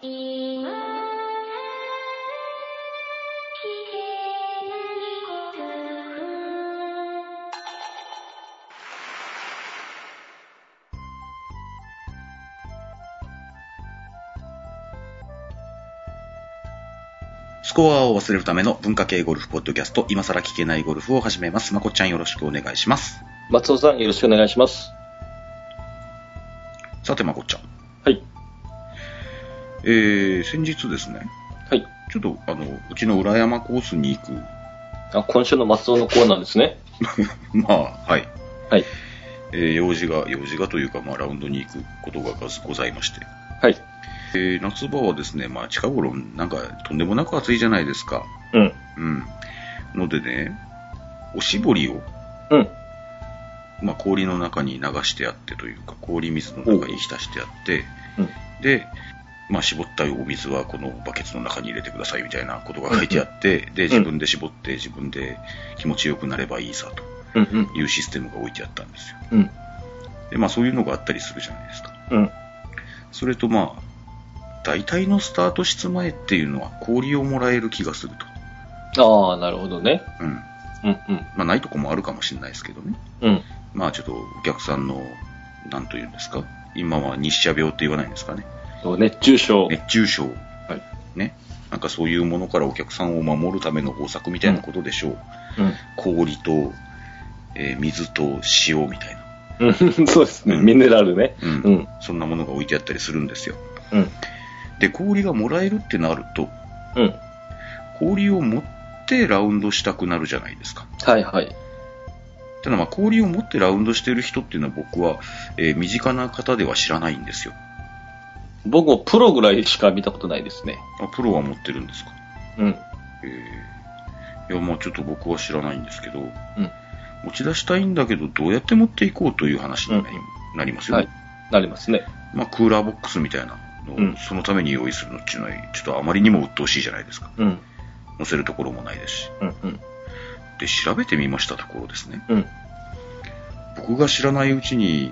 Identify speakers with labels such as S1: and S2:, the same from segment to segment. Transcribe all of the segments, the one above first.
S1: 今聞けないこと
S2: スコアを忘れるための文化系ゴルフポッドキャスト、今更聞けないゴルフを始めます。まこっちゃんよろしくお願いします。
S3: 松尾さん、よろしくお願いします。
S2: さてまこっちゃん。
S3: はい。
S2: えー、先日ですね、
S3: はい。
S2: ちょっとあの、うちの裏山コースに行く、
S3: あ、今週の松尾のコーナーですね。
S2: まあ、はい。
S3: はい。
S2: えー、用事が、用事がというか、まあ、ラウンドに行くことがございまして。
S3: はい。
S2: えー、夏場はですね、まあ、近頃、なんか、とんでもなく暑いじゃないですか。
S3: うん。
S2: うん。のでね、おしぼりを、
S3: うん。
S2: まあ、氷の中に流してあってというか、氷水の中に浸してあって、
S3: うん
S2: で、まあ、絞ったお水はこのバケツの中に入れてくださいみたいなことが書いてあって、で、自分で絞って自分で気持ちよくなればいいさ
S3: うん。うん。
S2: というシステムが置いてあったんですよ。
S3: うん。
S2: で、まあ、そういうのがあったりするじゃないですか。
S3: うん。
S2: それとまあ、大体のスタート室前っていうのは氷をもらえる気がすると。
S3: ああ、なるほどね。
S2: うん。
S3: うん。
S2: まあ、ないとこもあるかもしれないですけどね。
S3: うん。うん。
S2: まあちょっとお客さんの、なんというんですか、今は日射病って言わないんですかね、
S3: そう熱中症。
S2: 熱中症、
S3: はい。
S2: ね、なんかそういうものからお客さんを守るための方策みたいなことでしょう、氷と、えー水と塩みたいな、
S3: うん。 そうですね。
S2: うん
S3: ミネラルね。
S2: うん
S3: うん。
S2: そんなものが置いてあったりするんですよ。
S3: うん。
S2: で、氷がもらえるってなると、
S3: うん。
S2: 氷を持ってラウンドしたくなるじゃないですか。
S3: はいはい。
S2: ただまあ氷を持ってラウンドしてる人っていうのは僕は、えー身近な方では知らないんですよ。
S3: 僕もプロぐらいしか見たことないですね。
S2: あプロは持ってるんですか
S3: うん。
S2: えーいや、まあちょっと僕は知らないんですけど、
S3: うん。
S2: 持ち出したいんだけど、どうやって持っていこうという話になり,、なりますよね。
S3: はいなりますね。
S2: まあクーラーボックスみたいなのを、
S3: うん
S2: そのために用意するのっていうのは、ちょっとあまりにも鬱陶しいじゃないですか。
S3: うん。
S2: 載せるところもないですし。
S3: うん。うん。
S2: で、調べてみましたところですね。
S3: うん。
S2: 僕が知らないうちに、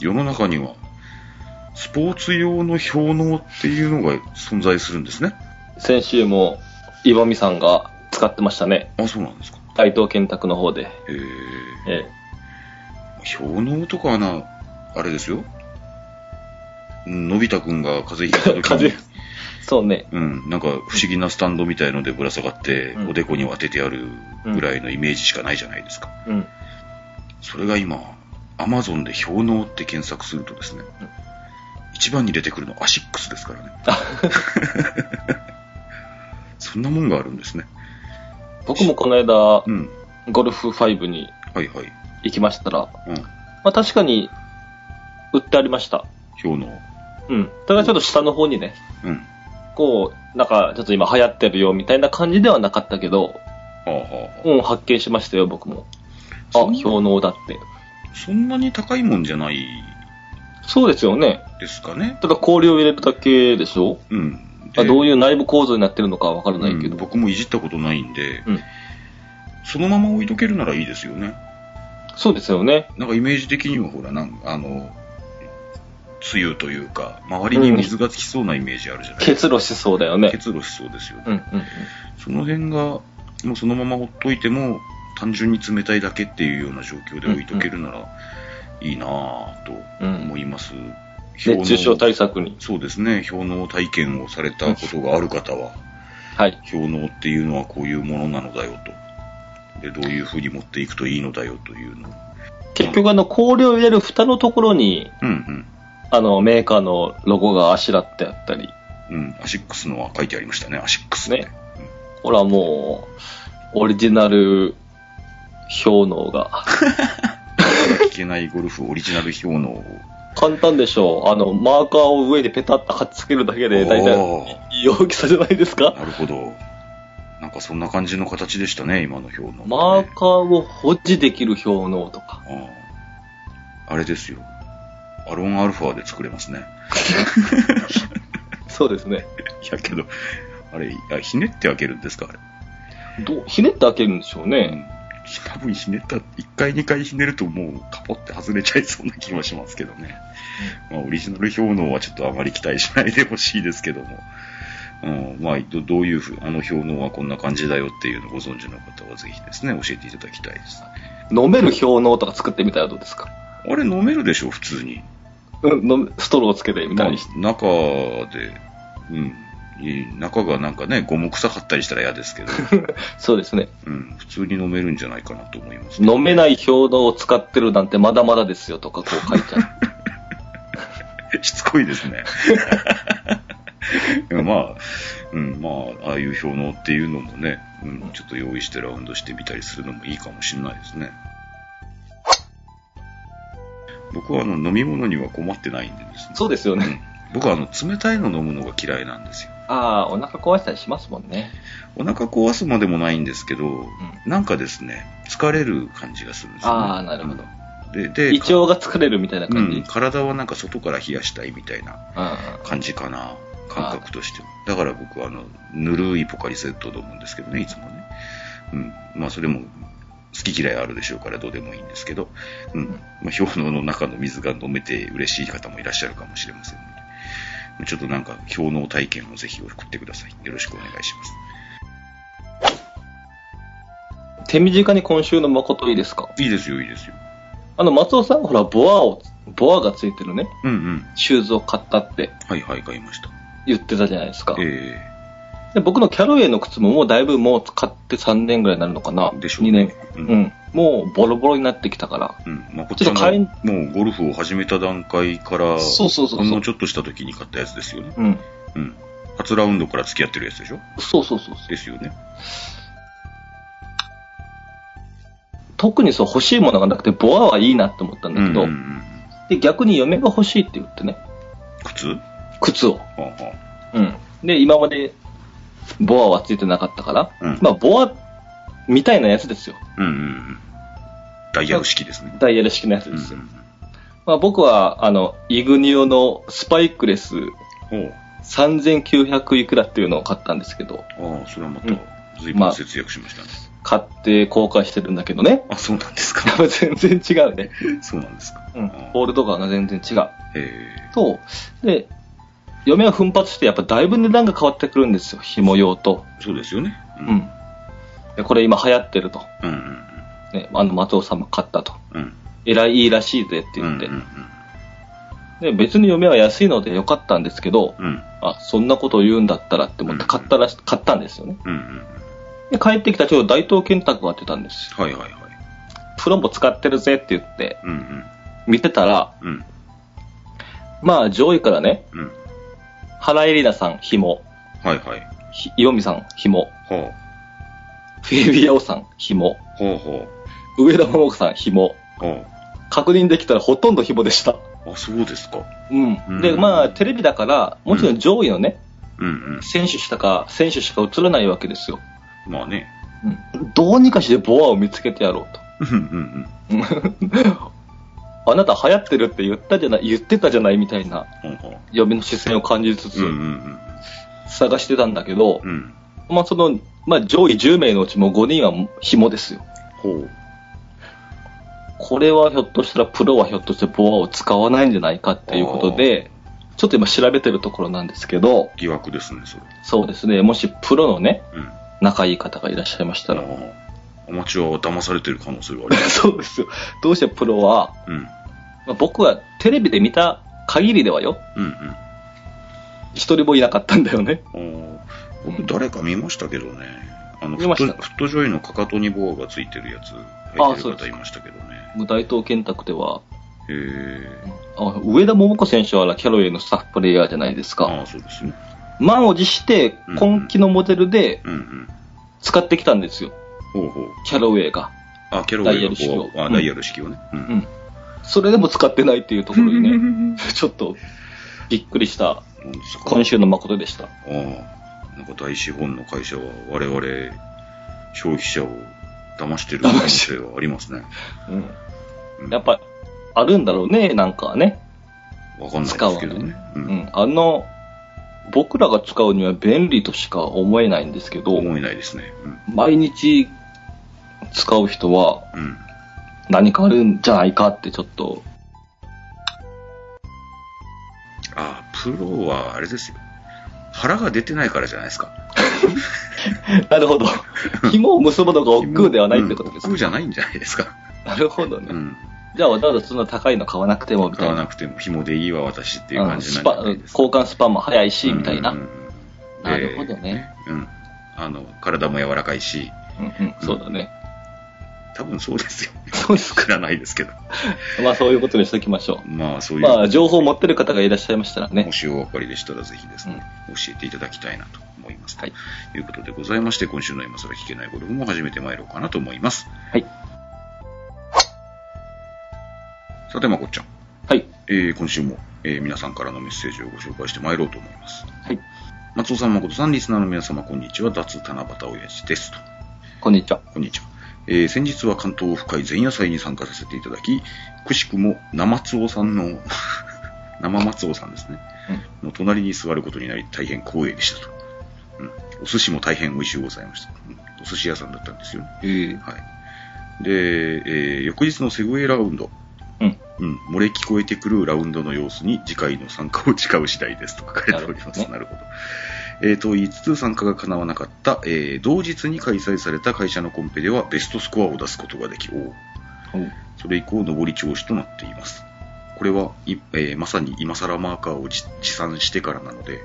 S2: 世の中には、スポーツ用の氷嚢っていうのが存在するんですね。
S3: 先週も、岩見さんが使ってましたね。
S2: あ、そうなんですか。
S3: 大東建託の方で。
S2: えー、
S3: え
S2: 氷嚢とかはな、あれですよ。うんのび太くんが風邪ひいた
S3: え。
S2: 時
S3: 風
S2: に、
S3: 邪。そうね。
S2: うん、なんか不思議なスタンドみたいのでぶら下がって、
S3: うん
S2: おでこに当ててあるぐらいのイメージしかないじゃないですか。
S3: うん。
S2: それが今、アマゾンで氷嚢って検索するとですね、
S3: うん
S2: 一番に出てくるのアシックスですからね。そんなもんがあるんですね。
S3: 僕もこの間、
S2: うん。
S3: ゴルフ5に
S2: はいはい。
S3: 行きましたら、
S2: うん。
S3: まあ確かに、売ってありました。
S2: 氷嚢。
S3: うん。ただちょっと下の方にね、
S2: うん。
S3: こう、なんかちょっと今流行ってるよみたいな感じではなかったけど、
S2: はあはあはあ
S3: うん、発見しましたよ、僕も。あ、
S2: そん
S3: 氷嚢だって。
S2: そんなに高いもんじゃない
S3: そうですよね。
S2: ですかね。
S3: ただ氷を入れるだけでしょ
S2: うん。で
S3: あどういう内部構造になってるのかわからないけ
S2: う
S3: ど。
S2: ん僕もいじったことないんで、
S3: うん
S2: そのまま置いとけるならいいですよね
S3: そうですよね。
S2: なんかイメージ的にはほらなんあの梅雨というか周りに水がつきそうなイメージあるじゃないです
S3: 結露しそうだよ
S2: か、
S3: ね。
S2: 結露しそうですよね、
S3: うん、うん、うん。
S2: その辺がもうそのままほっといても単純に冷たいだけっていうような状況で置いとけるならいいなぁと思います、
S3: 熱中症対策に。
S2: そうですね氷の体験をされたことがある方は
S3: はい。
S2: 氷嚢っていうのはこういうものなのだよと。で、どういうふうに持っていくといいのだよというのを。
S3: 結局あの、氷を入れる蓋のところに、
S2: うん
S3: あの、メーカーのロゴがあしらってあったり、
S2: うん。うん。アシックスのは書いてありましたね、アシックス
S3: ね。ほらもう、オリジナル、氷能が。
S2: 聞けないゴルフオリジナル氷嚢を。
S3: 簡単でしょう。あの、マーカーを上にペタッと貼っつけるだけ で、大体、
S2: おー
S3: いい大きさじゃないですか
S2: なるほど。なんかそんな感じの形でしたね、今の氷嚢、ね。
S3: マーカーを保持できる氷能とか。
S2: あああれですよ。アロンアルファで作れますね。
S3: そうですね。
S2: いやけど、あれ、あひねって開けるんですか、あれ。
S3: どうひねって開けるんでしょうね。
S2: うん多分ひねった、1回2回ひねるともうカポって外れちゃいそうな気はしますけどね。まあ、オリジナル氷能はちょっとあまり期待しないでほしいですけども。うん、まあど、どういうふう、あの氷能はこんな感じだよっていうのをご存知の方はぜひですね、教えていただきたいです。
S3: 飲める氷のとか作ってみたらどうですか
S2: あれ飲めるでしょ、普通に。
S3: うん飲めストローつけてみたりして。
S2: まあ中で、うんいい、中がなんかね、ゴム臭かったりしたら嫌ですけ ど、
S3: そうですね。
S2: うん、普通に飲めるんじゃないかなと思います、
S3: 飲めない氷のを使ってるなんてまだまだですよとかこう書い てある。
S2: しつこいです ね。いやまあ、うん、まあ、ああいう氷のっていうのもね、うん、ちょっと用意してラウンドしてみたりするのもいいかもしれないですね。僕はあの飲み物には困ってないんでですね。
S3: そうですよね。
S2: 僕はあの冷たいの飲むのが嫌いなんですよ。
S3: ああ、お腹壊したりしますもんね。
S2: お腹壊すまでもないんですけど、なんかですね、疲れる感じがするんですよ、ね。
S3: ああ、なるほど。
S2: で、で、
S3: 胃腸が疲れるみたいな
S2: う
S3: 感じ。うん
S2: ん、体はなんか外から冷やしたいみたいな
S3: あ
S2: 感じかな、感覚としては。だから僕はあの、ぬるいポカリセットと思うんですけどね、いつもね。うん。まあそれも、好き嫌いあるでしょうからどうでもいいんですけど、うん。まあ氷のの中の水が飲めて嬉しい方もいらっしゃるかもしれませんので、ちょっとなんか氷の体験をぜひ送ってください。よろしくお願いします。
S3: 手短に今週の誠いいですか
S2: いいですよ、いいですよ。
S3: あの、松尾さん、ほら、ボアを、ボアがついてるね、
S2: うんうん。
S3: シューズを買ったって
S2: はいはい、買いました。
S3: 言ってたじゃないですか。
S2: え
S3: で僕のキャロウェイの靴ももうだいぶもう使って3年ぐらいになるのかな
S2: えでしょう
S3: 2年。
S2: う。
S3: うんん。もうボロボロになってきたから。
S2: うん。まあ、こっ
S3: ち
S2: ち
S3: ょっと買えん
S2: はもうゴルフを始めた段階から、
S3: そうそうそ
S2: ほ
S3: うんそ
S2: の
S3: う。
S2: ちょっとした時に買ったやつですよね。
S3: うん。
S2: うん。初ラウンドから付き合ってるやつでしょ
S3: そうそうそうそう。
S2: ですよね。
S3: 特にそう欲しいものがなくて、ボアはいいなって思ったんだけど、
S2: うんうんうん
S3: で、逆に嫁が欲しいって言ってね、
S2: 靴は
S3: 靴を。
S2: あは
S3: うん。で、今までボアはついてなかったから、
S2: あうん。
S3: まあ、ボアみたいなやつですよ。
S2: うんうんうん。ダイヤル式ですね。
S3: ダイヤル式のやつ
S2: うんう
S3: ですよ。
S2: ん
S3: まあ、僕は、あの、イグニオのスパイクレス
S2: うん。
S3: 3900いくらっていうのを買ったんですけど、
S2: おうああ、それはまた
S3: う、
S2: 随分節約しましたね。
S3: 買って公開してるんだけどね。
S2: あ、そうなんです
S3: やっ
S2: か。
S3: ぱ全然違うね。
S2: そうなんですか。
S3: うん。ボールとかが全然違う。
S2: へえ。
S3: と、で、嫁は奮発して、やっぱだいぶ値段が変わってくるんですよ。紐用と。
S2: そうですよね。う
S3: う。ん。で、これ今流行ってると。
S2: うん
S3: ね、あの、松尾さんも買ったと。
S2: うんうん。うん。
S3: えらいいいらしいぜって
S2: うんう
S3: 言っ
S2: ん
S3: て。で、別に嫁は安いのでよかったんですけど、
S2: うん。うん
S3: あ、そんなことを言うんだったらって思って買ったらし、買ったんですよね。
S2: うんうん。
S3: で、帰ってきたらちょうど大東建託が出たんですよ。
S2: はいはいはい。
S3: プロも使ってるぜって言って、
S2: うんうん。
S3: 見てたら、
S2: うん
S3: まあ上位からね、
S2: うん。
S3: 原エリナさん、紐。
S2: はいはい。
S3: ひイオミさん、紐。
S2: は
S3: フィービアオさん、紐。
S2: あ。ほうほ
S3: 上田桃子さん、紐。
S2: う。は
S3: 確認できたらほとんど紐でした。
S2: あ。あ、そうですか。
S3: うん。
S2: う
S3: で、
S2: ん
S3: まあ、テレビだから、もちろん上位のね、
S2: うんうん。
S3: 選手しか、選手しか映らないわけですよ。
S2: まあね。
S3: うん。どうにかしてボアを見つけてやろうと。
S2: うんうん
S3: あなた流行ってるって言ったじゃない、言ってたじゃないみたいな、
S2: うん。ほうほ
S3: 嫁の視線を感じつ
S2: う。うんう
S3: つ、
S2: ん
S3: 探してたんだけど、
S2: うん。うん。
S3: まあ、その、まあ、上位10名のうちも5人は紐ですよ。
S2: ほう。
S3: これはひょっとしたらプロはひょっとしてボアを使わないんじゃないかっていうことで、ちょっと今調べてるところなんですけど、
S2: 疑惑ですね、それ。
S3: そうですね、もしプロのね、
S2: うん。
S3: 仲いい方がいらっしゃいましたら、
S2: ああアマチュアは騙されてる可能性がある。
S3: そうですよ。どうしてプロは、
S2: うん。
S3: まあ僕はテレビで見た限りではよ、
S2: うん
S3: 一人もいなかったんだよね。
S2: うん。ああ僕、誰か見ましたけどね。あの、フ
S3: 見ま
S2: ット
S3: した
S2: フットジョイのかかとにボアがついてるやつ、
S3: あ
S2: 履
S3: あ
S2: いて
S3: そう
S2: る
S3: です
S2: 方いましたけどね。
S3: もう大東建託では、
S2: へえ。
S3: あ上田桃子選手はあらキャロウェイのスタッフプレイヤーじゃないですか。
S2: ああ、そうですね。
S3: 満を持して、今期のモデルで
S2: うんうん。
S3: 使ってきたんですよ、
S2: ほうほう。
S3: キャロウェイが。
S2: あ、キャロウェイ
S3: ダイヤル式
S2: の
S3: を
S2: ボア。あ、
S3: うん
S2: ダイヤル式をね。う
S3: うんそれでも使ってないっていうところにね、
S2: ん。
S3: ちょっとびっくりした
S2: 何ですか
S3: 今週の誠でした。
S2: ああ、なんか大資本の会社は我々消費者を騙してる可
S3: 騙
S2: 能
S3: して
S2: 性はありますね。うん
S3: やっぱあるんだろうね、なんかね。
S2: わかんないですけど
S3: 使うわ
S2: ね
S3: ね。
S2: う
S3: うんん、あの、僕らが使うには便利としか思えないんですけど、
S2: 思えないですね。
S3: 毎日使う人は
S2: うん。
S3: 何かあるんじゃないかってちょっ と、
S2: ああ、プロはあれですよ。腹が出てないからじゃないですか。
S3: なるほど。 紐を結ぶのが億劫ではないってことです
S2: うん億
S3: ね。
S2: 劫じゃないんじゃないですか。
S3: なるほど
S2: う
S3: ね。
S2: ん。
S3: じゃあわざわざそんな高いの買わなくてもみた
S2: 買
S3: い
S2: わ
S3: な。
S2: なくても紐でいいわ、私っていう感じ
S3: ス
S2: なんじ
S3: パ
S2: ゃないですか。
S3: 交換スパンも早いし、みたいな。
S2: う
S3: うん
S2: うんんうん
S3: なるほどね。
S2: でうん。あの、体も柔らかいし、
S3: うんそうだね。
S2: 多分そうですよ。
S3: そうで すか。
S2: 作らないですけど。
S3: まあそういうことにしときましょ
S2: まあ、そう
S3: う。
S2: いう、
S3: まあ情報を持ってる方がいらっしゃいましたらね
S2: も。しお分かりでしたら、ぜひですね、教えていただきたいなと思います。
S3: はい
S2: ということでございまして、今週の今更聞けないゴルフも始めてまいろうかなと思います。
S3: はい。
S2: さて、まこっちゃん。
S3: はい。
S2: えー今週も、えー皆さんからのメッセージをご紹介してまいろうと思います。
S3: はい。
S2: 松尾さん、誠さん、リスナーの皆様、こんにちは。脱七夕親父です。と
S3: こんにちは。
S2: こんにちは。えー先日は関東オフ会前夜祭に参加させていただき、くしくも生松尾さんの、 生松尾さんですね、の隣に座ることになり大変光栄でしたと。うん、お寿司も大変美味しゅうございました。うんお寿司屋さんだったんですよね。
S3: うん。
S2: はい。で、えー翌日のセグウェイラウンド、うん、漏れ聞こえてくるラウンドの様子に次回の参加を誓う次第ですと書かれております。な
S3: な
S2: るほど。えーと、言いつつ参加が叶わなかった、えー同日に開催された会社のコンペではベストスコアを出すことができ、おうそれ以降上り調子となっています。これはい、えーまさに今更マーカーをじ持参してからなので、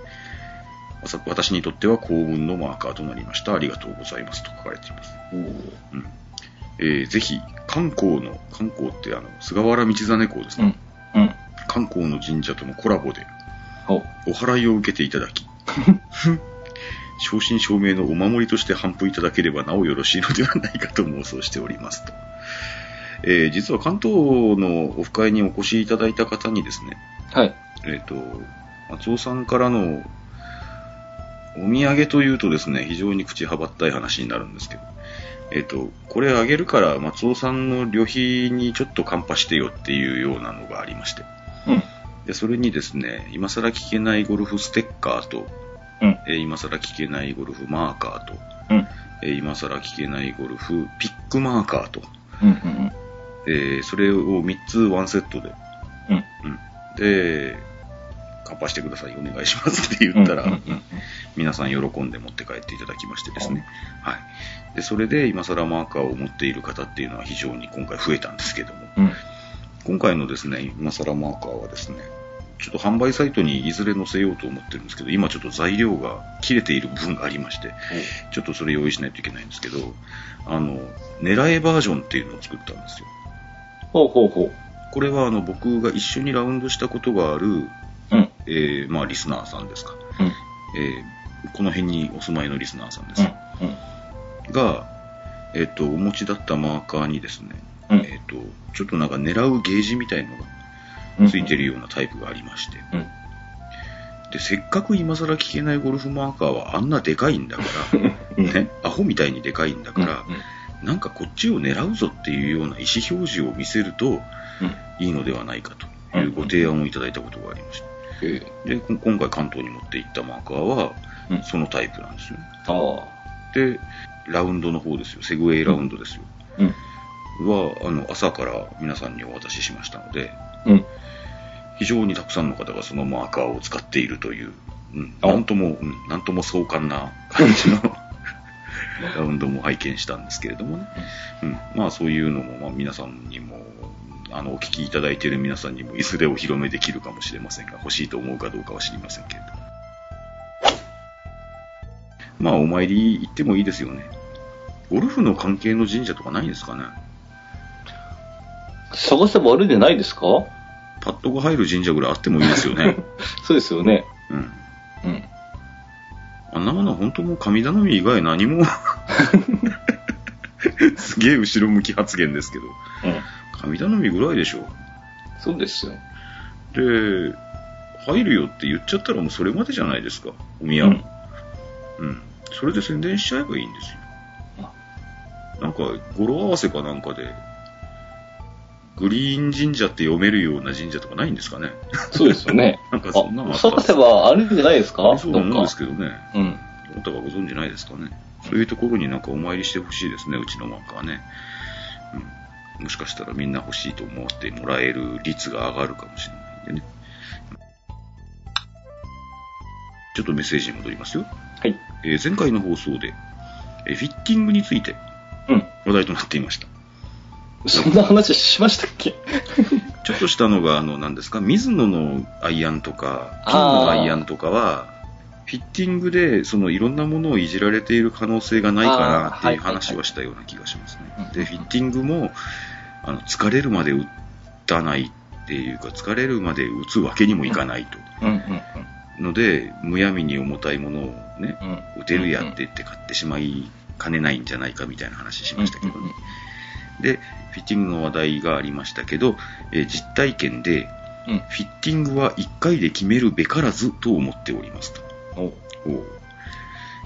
S2: わさ私にとっては幸運のマーカーとなりました。ありがとうございますと書かれています。うんえーぜひ、観光の、観光ってあの、菅原道真公です
S3: う
S2: ね、
S3: ん。うん。
S2: 観光の神社とのコラボで
S3: お
S2: お祓いを受けていただ き、正真正銘のお守りとして頒布いただければなおよろしいのではないかと妄想しておりますと。えー実は関東のオフ会にお越しいただいた方にですね、
S3: はい。
S2: えっ、と、松尾さんからのお土産というとですね、非常に口はばったい話になるんですけど、えっ、と、これあげるから松尾さんの旅費にちょっとカンパしてよっていうようなのがありまして、でそれにですね、今更聞けないゴルフステッカーと、
S3: うん。うん。
S2: えー今更聞けないゴルフマーカーと、
S3: うん。
S2: えー今更聞けないゴルフピックマーカーと、
S3: うん。うん。
S2: えーそれを3つワンセットで、
S3: うん。
S2: うん、で、カンパしてください、お願いしますって言ったら、
S3: うんうんうんうん
S2: 皆さん喜んで持って帰っていただきましてですね、はい。で、それで今更マーカーを持っている方っていうのは非常に今回増えたんですけども、
S3: うん。
S2: 今回のですね、今更マーカーはですね、ちょっと販売サイトにいずれ載せようと思ってるんですけど、今ちょっと材料が切れている部分がありまして、ちょっとそれ用意しないといけないんですけど、あの、狙えバージョンっていうのを作ったんですよ。
S3: ほうほうほう。
S2: これはあの僕が一緒にラウンドしたことがある、
S3: うん。
S2: えーまあリスナーさんですか、
S3: うん。
S2: えーこの辺にお住まいのリスナーさんです、
S3: う
S2: が、えっ、と、お持ちだったマーカーにですね、
S3: うん
S2: えっ、と、ちょっとなんか狙うゲージみたいのが
S3: ん。
S2: ついてるようなタイプがありまして、
S3: うん。
S2: で、せっかく今更聞けないゴルフマーカーはあんなでかいんだから、
S3: うん。
S2: ね、アホみたいにでかいんだ
S3: う
S2: か
S3: ん。
S2: ら、なんかこっちを狙うぞっていうような意思表示を見せると
S3: うん。うん。
S2: いいのではないかというご提案をいただいたことがありました。
S3: ええ
S2: で、こ今回関東に持って行ったマーカーは
S3: うん
S2: そのタイプなんですよね。
S3: ああ。
S2: で、ラウンドの方ですよ、セグウェイラウンドですよ。
S3: うん。
S2: は、あの、朝から皆さんにお渡ししましたので、
S3: うん。
S2: 非常にたくさんの方がそのマーカーを使っているという、うん、
S3: あ
S2: なんとも、うん、なんとも壮観な感じ のラウンドも拝見したんですけれどもね、うん、まあそういうのも、まあ、皆さんにも、あの、お聞きいただいている皆さんにも、いずれお披露目できるかもしれませんが、欲しいと思うかどうかは知りませんけれど。まあお参り行ってもいいですよね。ゴルフの関係の神社とかないんですかね
S3: 探せばあるんじゃないですか
S2: パッドが入る神社ぐらいあってもいいですよ ね。
S3: そうですよね。
S2: うん。
S3: うん。
S2: あんなものは本当もう神頼み以外何も。すげえ後ろ向き発言ですけど、
S3: うん。
S2: 神頼みぐらいでしょ。
S3: そうですよ。
S2: で、入るよって言っちゃったらもうそれまでじゃないですか、お宮も。うん。それで宣伝しちゃえばいいんですよ。なんか、語呂合わせかなんかで、グリーン神社って読めるような神社とかないんですかね。
S3: そうですよね。
S2: なんかそんなのあ
S3: あ、
S2: ったら
S3: 探せばあるんじゃないですか
S2: そうだと思うんですけどね。
S3: うん。
S2: あなたはご存知ないですかね。
S3: うん
S2: そういうところになんかお参りしてほしいですね、うちの漫画はね。うん。もしかしたらみんな欲しいと思ってもらえる率が上がるかもしれないんでね。ちょっとメッセージに戻りますよ。
S3: はい。
S2: えー前回の放送で、えーフィッティングについて
S3: うん。
S2: 話題となっていました。
S3: そんな話しましたっけ
S2: ちょっとしたのが、あの、何ですか、水野のアイアンとか、金のアイアンとかは、フィッティングで、その、いろんなものをいじられている可能性がないか
S3: あ
S2: なって
S3: ー
S2: いう
S3: はいはいはい
S2: 話はしたような気がしますね。
S3: う
S2: で、
S3: ん
S2: フィッティングも、あの、疲れるまで打たないっていうか、疲れるまで打つわけにもいかないと。
S3: うんうん
S2: ので、むやみに重たいものをね、
S3: うん。うん。
S2: 打てるやって言って買ってしまいかねないんじゃないかみたいな話しましたけどね。で、フィッティングの話題がありましたけど、えー実体験で、
S3: うん
S2: フィッティングは1回で決めるべからずと思っておりますと。
S3: うんうん。お
S2: おう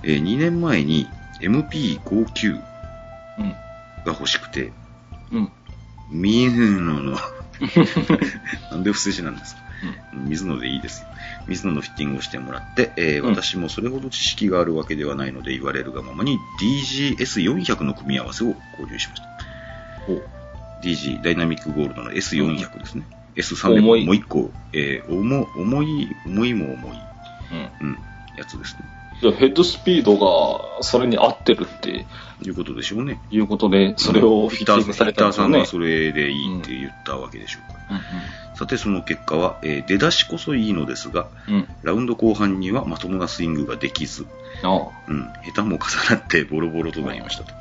S2: えー2年前に MP59 が欲しくて、
S3: うん。うん。
S2: 見えぬのの、 なんで不正字なんですか、水野でいいですよ。水野のフィッティングをしてもらって、えー
S3: うん
S2: 私もそれほど知識があるわけではないので言われるがままに DGS400 の組み合わせを購入しました。
S3: お
S2: DG、ダイナミックゴールドの S400 ですね。S300 も
S3: 重
S2: う
S3: い
S2: 一個、えー重、重い、重いも重い、
S3: うん。
S2: うん、やつですね。
S3: じゃあヘッドスピードがそれに合ってるって
S2: ということでしょうね。
S3: いうことで、それをフィッティングされたん
S2: ん
S3: で
S2: ですす
S3: よ
S2: よ
S3: ね
S2: ね。。それでいいって言ったわけでしょうか。
S3: う
S2: さて、その結果は、えー出だしこそいいのですが、
S3: んうん。うん。
S2: ラウンド後半にはまともなスイングができず、
S3: あ
S2: うん、下手も重なってボロボロとなりましたと。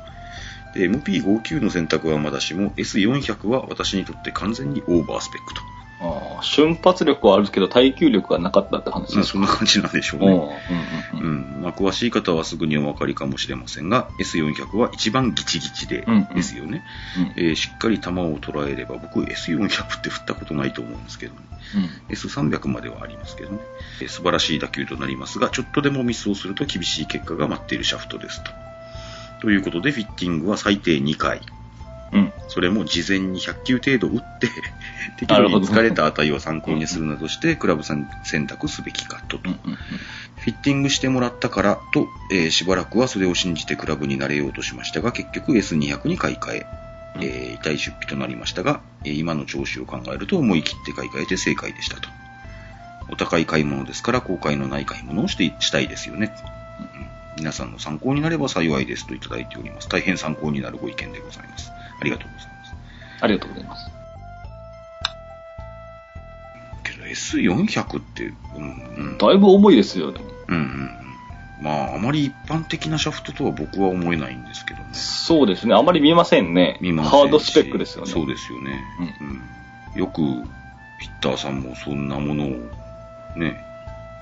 S2: で、MP59 の選択はまだしも、S400 は私にとって完全にオーバースペックと。
S3: あああ瞬発力はあるけど、耐久力がなかったって話
S2: ま
S3: で
S2: あ
S3: す
S2: そんな感じなんでしょう
S3: うん。う
S2: ね。
S3: んうん
S2: う
S3: うん。
S2: んまあ、詳しい方はすぐにお分かりかもしれませんが、S400 は一番ギチギチで
S3: うんうん
S2: ですよね、えーしっかり球を捉えれば、僕、S400 って振ったことないと思うんですけど、ね、S300 まではありますけどね、えー素晴らしい打球となりますが、ちょっとでもミスをすると厳しい結果が待っているシャフトですと。ということで、フィッティングは最低2回、
S3: うん。うん。
S2: それも事前に100球程度打って、適
S3: な
S2: 度
S3: る
S2: に
S3: ほど
S2: 疲れた値を参考にするなどして、クラブ選択すべきかとと。
S3: うん。
S2: フィッティングしてもらったからと、えーしばらくはそれを信じてクラブに慣れようとしましたが、結局 S200 に買い替え、えー痛い出費となりましたが、えー今の調子を考えると思い切って買い替えて正解でしたと。お高い買い物ですから、後悔のない買い物をしてしたいですよね。うん皆さんの参考になれば幸いですといただいております。大変参考になるご意見でございます。ありがとうございます。
S3: ありがとうございます。
S2: けど S400 って、うん、うん、
S3: だいぶ重いですよね。
S2: うん、うん。まあ、あまり一般的なシャフトとは僕は思えないんですけどね。
S3: そうですね。あまり見ませんね。
S2: 見ませんし
S3: ハードスペックですよね。
S2: そうですよね。うん
S3: う
S2: よく、ピッターさんもそんなものを、ね、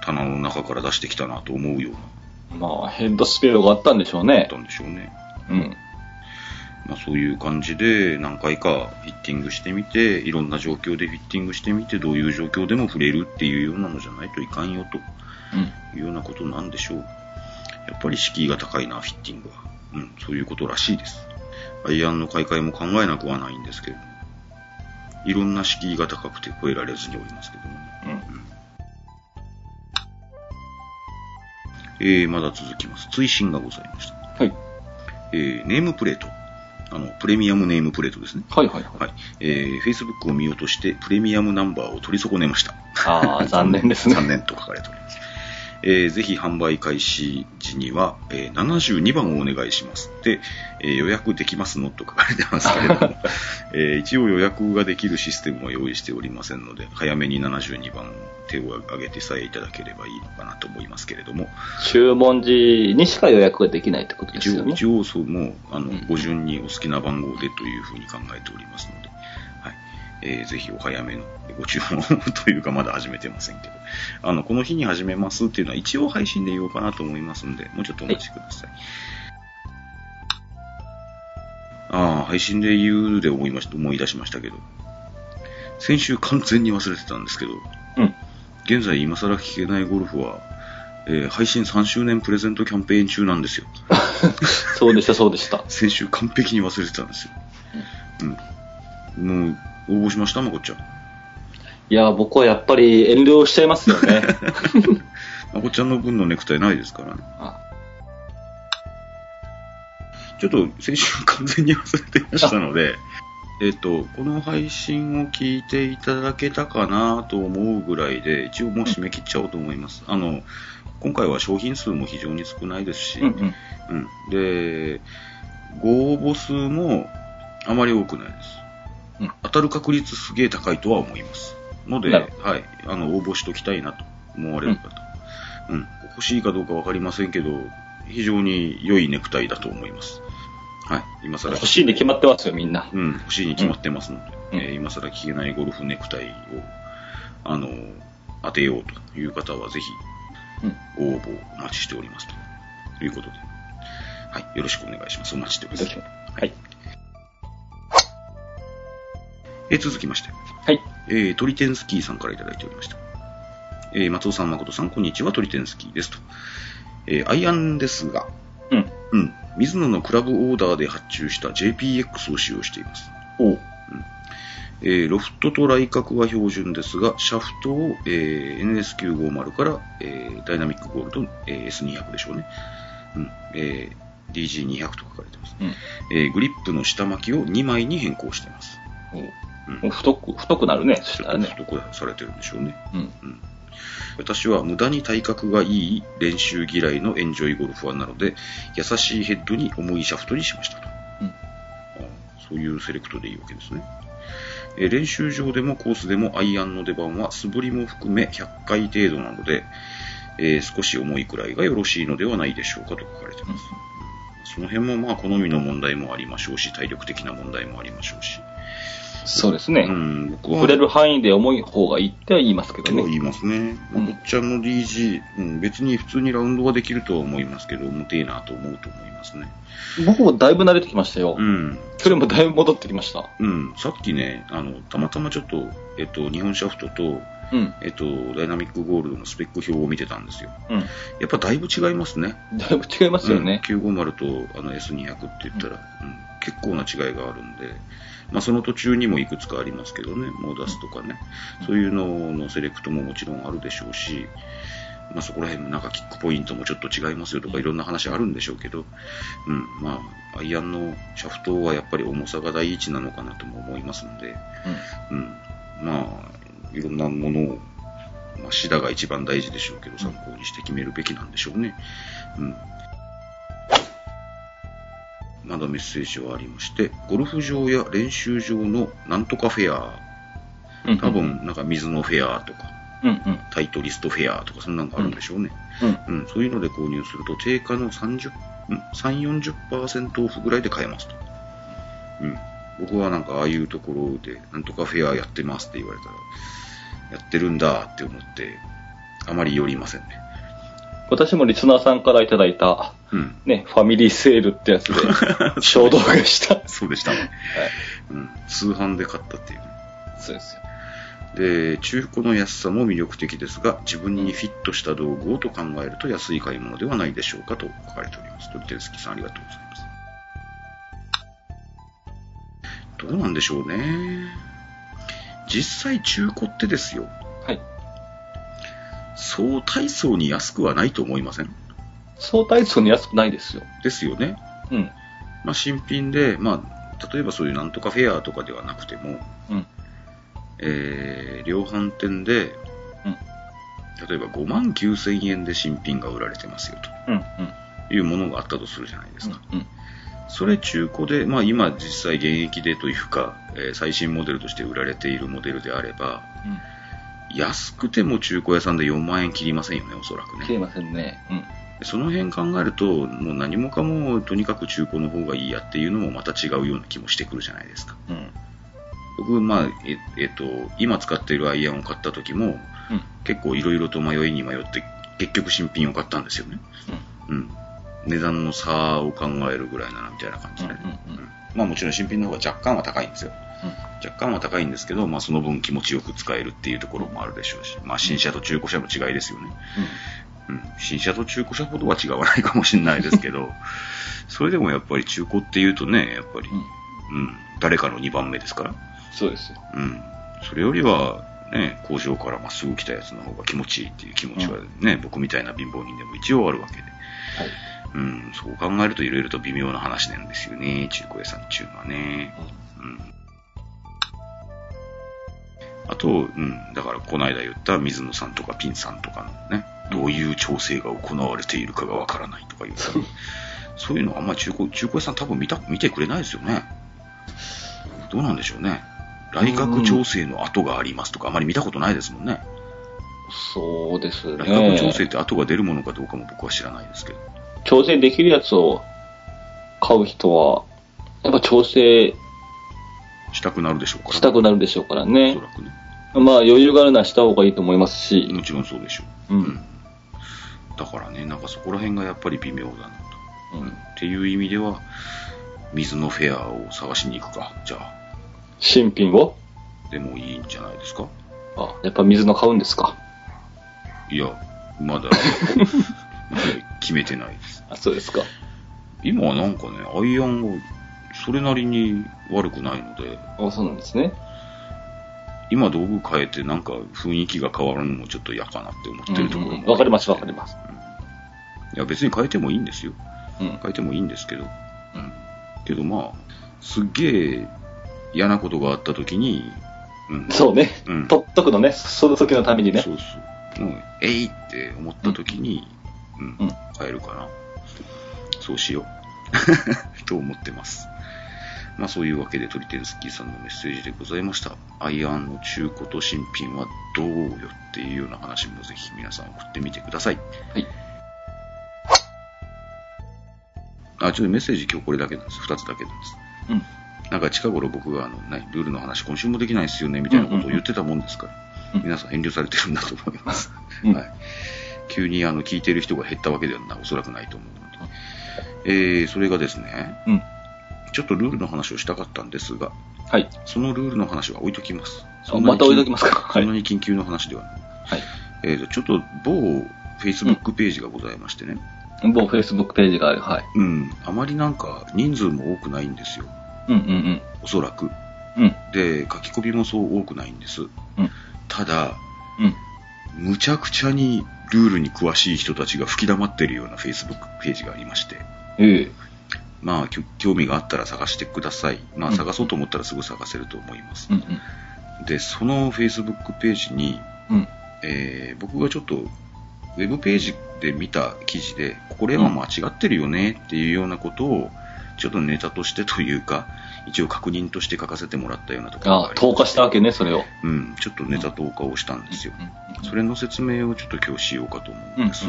S2: 棚の中から出してきたなと思うような、
S3: まあ、ヘッドスピードがあったんでしょう
S2: だっ
S3: ね。
S2: たんでしょうね。
S3: うん。
S2: まあそういう感じで何回かフィッティングしてみて、いろんな状況でフィッティングしてみて、どういう状況でも触れるっていうようなのじゃないといかんよというようなことなんでしょう。やっぱり敷居が高いな、フィッティングは。うん、そういうことらしいです。アイアンの買い替えも考えなくはないんですけれども、いろんな敷居が高くて超えられずにおりますけどもね。
S3: うん。うん。
S2: えー、まだ続きます。追伸がございました。
S3: はい。
S2: えー、ネームプレート。あの、プレミアムネームプレートですね。
S3: はいはいはい。
S2: はい。えー、Facebook を見落として、プレミアムナンバーを取り損ねました。
S3: あ あ、残念ですね。
S2: 残念と書かれております。えーぜひ販売開始時には、えー72番をお願いしますって、えー予約できますのと書かれてますけれど も、えー一応予約ができるシステムは用意しておりませんので、早めに72番手を挙げてさえいただければいいのかなと思いますけれども、
S3: 注文時にしか予約ができないってことです
S2: 一
S3: よ
S2: 応、
S3: ね。
S2: 一応そう、もう、あの
S3: うん、
S2: ご順にお好きな番号でというふうに考えておりますので、はい。えーぜひお早めのご注文というか、まだ始めてませんけど、あの、この日に始めますっていうのは一応配信で言おうかなと思いますんで、もうちょっとお待ちください。ああ、配信で言うで思いました、思い出しましたけど、先週完全に忘れてたんですけど、
S3: うん。
S2: 現在今更聞けないゴルフは、えー配信3周年プレゼントキャンペーン中なんですよ。
S3: そうでした、そうでした。
S2: 先週完璧に忘れてたんですよ。うん。もう、応募しましたまこっちゃん。
S3: いや、僕はやっぱり遠慮しちゃいますよ ね。
S2: まこっちゃんの分のネクタイないですからね。
S3: あ
S2: ちょっと先週完全に忘れていましたの で、えっと、この配信を聞いていただけたかなと思うぐらいで、一応もう締め切っちゃおうと思います。あの、今回は商品数も非常に少ないですし、
S3: うんうん。
S2: うん、で、ご応募数もあまり多くないです。
S3: うん
S2: 当たる確率すげえ高いとは思います。ので、
S3: な
S2: はい
S3: る、
S2: あの、応募しときたいなと思われる方。うん、欲しいかどうかわかりませんけど、非常に良いネクタイだと思います。はい、今更。
S3: 欲しいに決まってますよ、みんな。
S2: うん、欲しいに決まってますので、
S3: うん
S2: えー今更聞けないゴルフネクタイを、あの、当てようという方は、ぜひ、
S3: うん。
S2: ご応募お待ちしておりますということで、はい、よろしくお願いします。お待ちしております。
S3: はい。
S2: えー続きまして、
S3: はい。
S2: えー、トリテンスキーさんからいただいておりました。えー松尾さん、誠さん、こんにちは、トリテンスキーですと。えーアイアンですが、
S3: うん。
S2: うん、水野のクラブオーダーで発注した JPX を使用しています。
S3: おう。
S2: えーロフトと来角は標準ですが、シャフトを、えー NS950 から、えーダイナミックゴールド、えー S200 でしょうね。うんえー DG200 と書かれてます、
S3: うん
S2: えーグリップの下巻きを2枚に変更しています。
S3: おう
S2: うん
S3: もう太く、太くなるね、そし
S2: ちょっ
S3: たら
S2: と
S3: ね。
S2: 太くされてるんでしょうね。
S3: うん。
S2: 私は無駄に体格がいい練習嫌いのエンジョイゴルファーなので、優しいヘッドに重いシャフトにしましたと。
S3: うん
S2: あそういうセレクトでいいわけですね。えー練習場でもコースでもアイアンの出番は素振りも含め100回程度なので、えー少し重いくらいがよろしいのではないでしょうかと書かれてます。その辺もまあ好みの問題もありましょうし、体力的な問題もありましょうし。
S3: そうです
S2: う
S3: ね。
S2: ん、僕は
S3: 触れる範囲で重い方がいいっては言いますけど
S2: とは
S3: ね。
S2: 言いますね。ま
S3: う
S2: あ
S3: ん
S2: こっちゃんの DG、うん、別に普通にラウンドはできるとは思いますけど、重てえなと思うと思いますね。
S3: 僕もだいぶ慣れてきましたよ
S2: う。ん。
S3: それもだいぶ戻ってきました。
S2: うん、さっきね、あの、たまたまちょっと、えっと、日本シャフトと、
S3: うん。
S2: えっと、ダイナミックゴールドのスペック表を見てたんですよ。
S3: う
S2: やっぱだいぶ違いますね。
S3: ん。だいぶ違いますよね。
S2: うん950とあの S200 って言ったら、うん結構な違いがあるんで、まあ、その途中にもいくつかありますけどね、モーダスとかね、
S3: うん
S2: そういうののセレクトももちろんあるでしょうし、まあ、そこら辺もなんかキックポイントもちょっと違いますよとか
S3: うん
S2: いろんな話あるんでしょうけど、うん、まあ、アイアンのシャフトはやっぱり重さが第一なのかなとも思いますので、うん、まあ、いろんなものを、まあ、シダが一番大事でしょうけど、参考にして決めるべきなんでしょうね。うん。まだメッセージはありまして、ゴルフ場や練習場のなんとかフェア、
S3: うん。うん
S2: 多。分なんか水のフェアとか、
S3: うんうん。
S2: タイトリストフェアとか、そんなんがあるんでしょうね。
S3: うん。
S2: うん、そういうので購入すると、定価の30、ん3、40%オフぐらいで買えますと。うん。僕はなんか、ああいうところで、なんとかフェアやってますって言われたら、やってるんだって思って、あまり寄りませんね。
S3: 私もリスナーさんからいただいた、
S2: うん。
S3: ね、ファミリーセールってや つで、衝動買いした。
S2: そうでしたね。うん。通販で買ったっていうね。
S3: そうですよ。
S2: で、中古の安さも魅力的ですが、自分にフィットした道具をと考えると安い買い物ではないでしょうかと書かれております。鳥天好きさんありがとうございます。どうなんでしょうね。実際中古ってですよ、
S3: はい。
S2: そう大層に安くはないと思いません
S3: 相対数に安くないですよ。
S2: ですよね。
S3: うん。
S2: まあ、新品で、まあ、例えばそういうなんとかフェアとかではなくても、
S3: うん。
S2: えー量販店で、
S3: うん
S2: 例えば5万9000円で新品が売られてますよ
S3: うん。うん。
S2: というものがあったとするじゃないですか。
S3: うん。
S2: それ中古で、まあ今実際現役でというか、えー最新モデルとして売られているモデルであれば、安くても中古屋さんで4万円切りませんよね、おそらく
S3: 消え
S2: ね。
S3: ませんね。
S2: その辺考えると、もう何もかもとにかく中古の方がいいやっていうのもまた違うような気もしてくるじゃないですか。
S3: うん。うん。
S2: 僕、まあ、ええっと、今使っているアイアンを買った時も、
S3: うん。
S2: 結構いろいろと迷いに迷って、結局新品を買ったんですよね。うん。値段の差を考えるぐらいならみたいな感じで、ね
S3: うんうんうん
S2: まあもちろん新品の方が若干は高いんですよ。若干は高いんですけど、まあその分気持ちよく使えるっていうところもあるでしょうし、まあ新車と中古車の違いですよね。うん。新車と中古車ほどは違わないかもしれないですけ ど、それでもやっぱり中古っていうとね、やっぱり、
S3: うん。うん。
S2: うん、誰かの2番目ですから。
S3: そうですよ。
S2: うん、それよりは、ね、工場からまっすぐ来たやつの方が気持ちいいっていう気持ちはね、僕みたいな貧乏人でも一応あるわけで、
S3: はい。
S2: うん、そう考えるといろいろと微妙な話なんですよね、中古屋さん中はね。うん。あと、うん、だからこの間言った水野さんとかピンさんとかのね、どういう調整が行われているかがわからないとかいう、そういうのあんまり中古中古屋さん多分見た見てくれないですよね。どうなんでしょうね。来閣調整の後がありますとか、あまり見たことないですもんね。
S3: そうです
S2: 来閣調整
S3: ね。
S2: って後が出るものかどうかも僕は知らないですけど。
S3: 調整できるやつを買う人は、やっぱ調整
S2: したくなるでしょうから、
S3: したくなるでしょうから
S2: お
S3: ね
S2: そ。らくね。
S3: まあ余裕があるならした方がいいと思いますし、
S2: もちろんそうでしょ
S3: うん
S2: う。うん。だからね、なんかそこら辺がやっぱり微妙だなと。
S3: うん
S2: っていう意味では、水のフェアを探しに行くか。じゃあ、
S3: 新品を、
S2: でもいいんじゃないですか。
S3: あ、やっぱ水の買うんですか。
S2: いや、まだ、 まだ決めてないです。
S3: あ、そうですか。
S2: 今はなんかね、アイアンがそれなりに悪くないので、
S3: あ、そうなんですね。
S2: 今道具変えてなんか雰囲気が変わるのもちょっと嫌かなって思ってるところもあ
S3: う
S2: っ
S3: んうん
S2: て
S3: わかりますわかります。
S2: いや、別に変えてもいいんですよ。
S3: うん。
S2: 変えてもいいんですけど、けどまあ、すっげえ嫌なことがあった時に、うん、
S3: そうね。
S2: うん
S3: 取っとくのね。その時のためにね
S2: そ。うそう、もう、えいって思った時に、うん、
S3: うん
S2: 変えるかな。そうしよう。 と思ってます。まあそういうわけで、トリテンスキーさんのメッセージでございました。アイアンの中古と新品はどうよっていうような話もぜひ皆さん送ってみてください。
S3: はい。
S2: あ、ちょっとメッセージ今日これだけなんです。二つだけなんです。
S3: うん。
S2: なんか近頃僕があの、ね、ルールの話今週もできないですよね、みたいなことを言ってたもんですから、
S3: うんうん
S2: 皆さん遠慮されてるんだと思います。
S3: うん
S2: はい。急にあの、聞いてる人が減ったわけではなおそらくないと思うので。えー、それがですね、
S3: うん。
S2: ちょっとルールの話をしたかったんですが、
S3: はい。
S2: そのルールの話は置いときます。
S3: あまた置いときますか。
S2: そ
S3: は
S2: ん
S3: い。
S2: な
S3: はい。
S2: に緊急の話ではない。えーと、ちょっと某 Facebook ページがございましてね、
S3: 某 Facebook ページがある。はい。
S2: うん、あまりなんか人数も多くないんですよ。
S3: うんうん
S2: おそらく。
S3: うん。うん。
S2: で、書き込みもそう多くないんです。ただ、
S3: うん。
S2: むちゃくちゃにルールに詳しい人たちが吹き溜まってるような Facebook ページがありまして、
S3: ええ。
S2: まあ、きょ興味があったら探してください。まあ、
S3: うん
S2: 探そうと思ったらすぐ探せると思います。
S3: うん
S2: で、その Facebook ページに、
S3: うん。うん。
S2: えー僕がちょっと、ウェブページで見た記事で、これは間違ってるよねっていうようなことを、ちょっとネタとしてというか、一応確認として書かせてもらったようなところが
S3: あ
S2: あ、り
S3: 投下したわけね、それを。
S2: うん、ちょっとネタ投下をしたんですよ。
S3: うん
S2: それの説明をちょっと今日しようかと思
S3: う
S2: うんん
S3: うん
S2: です。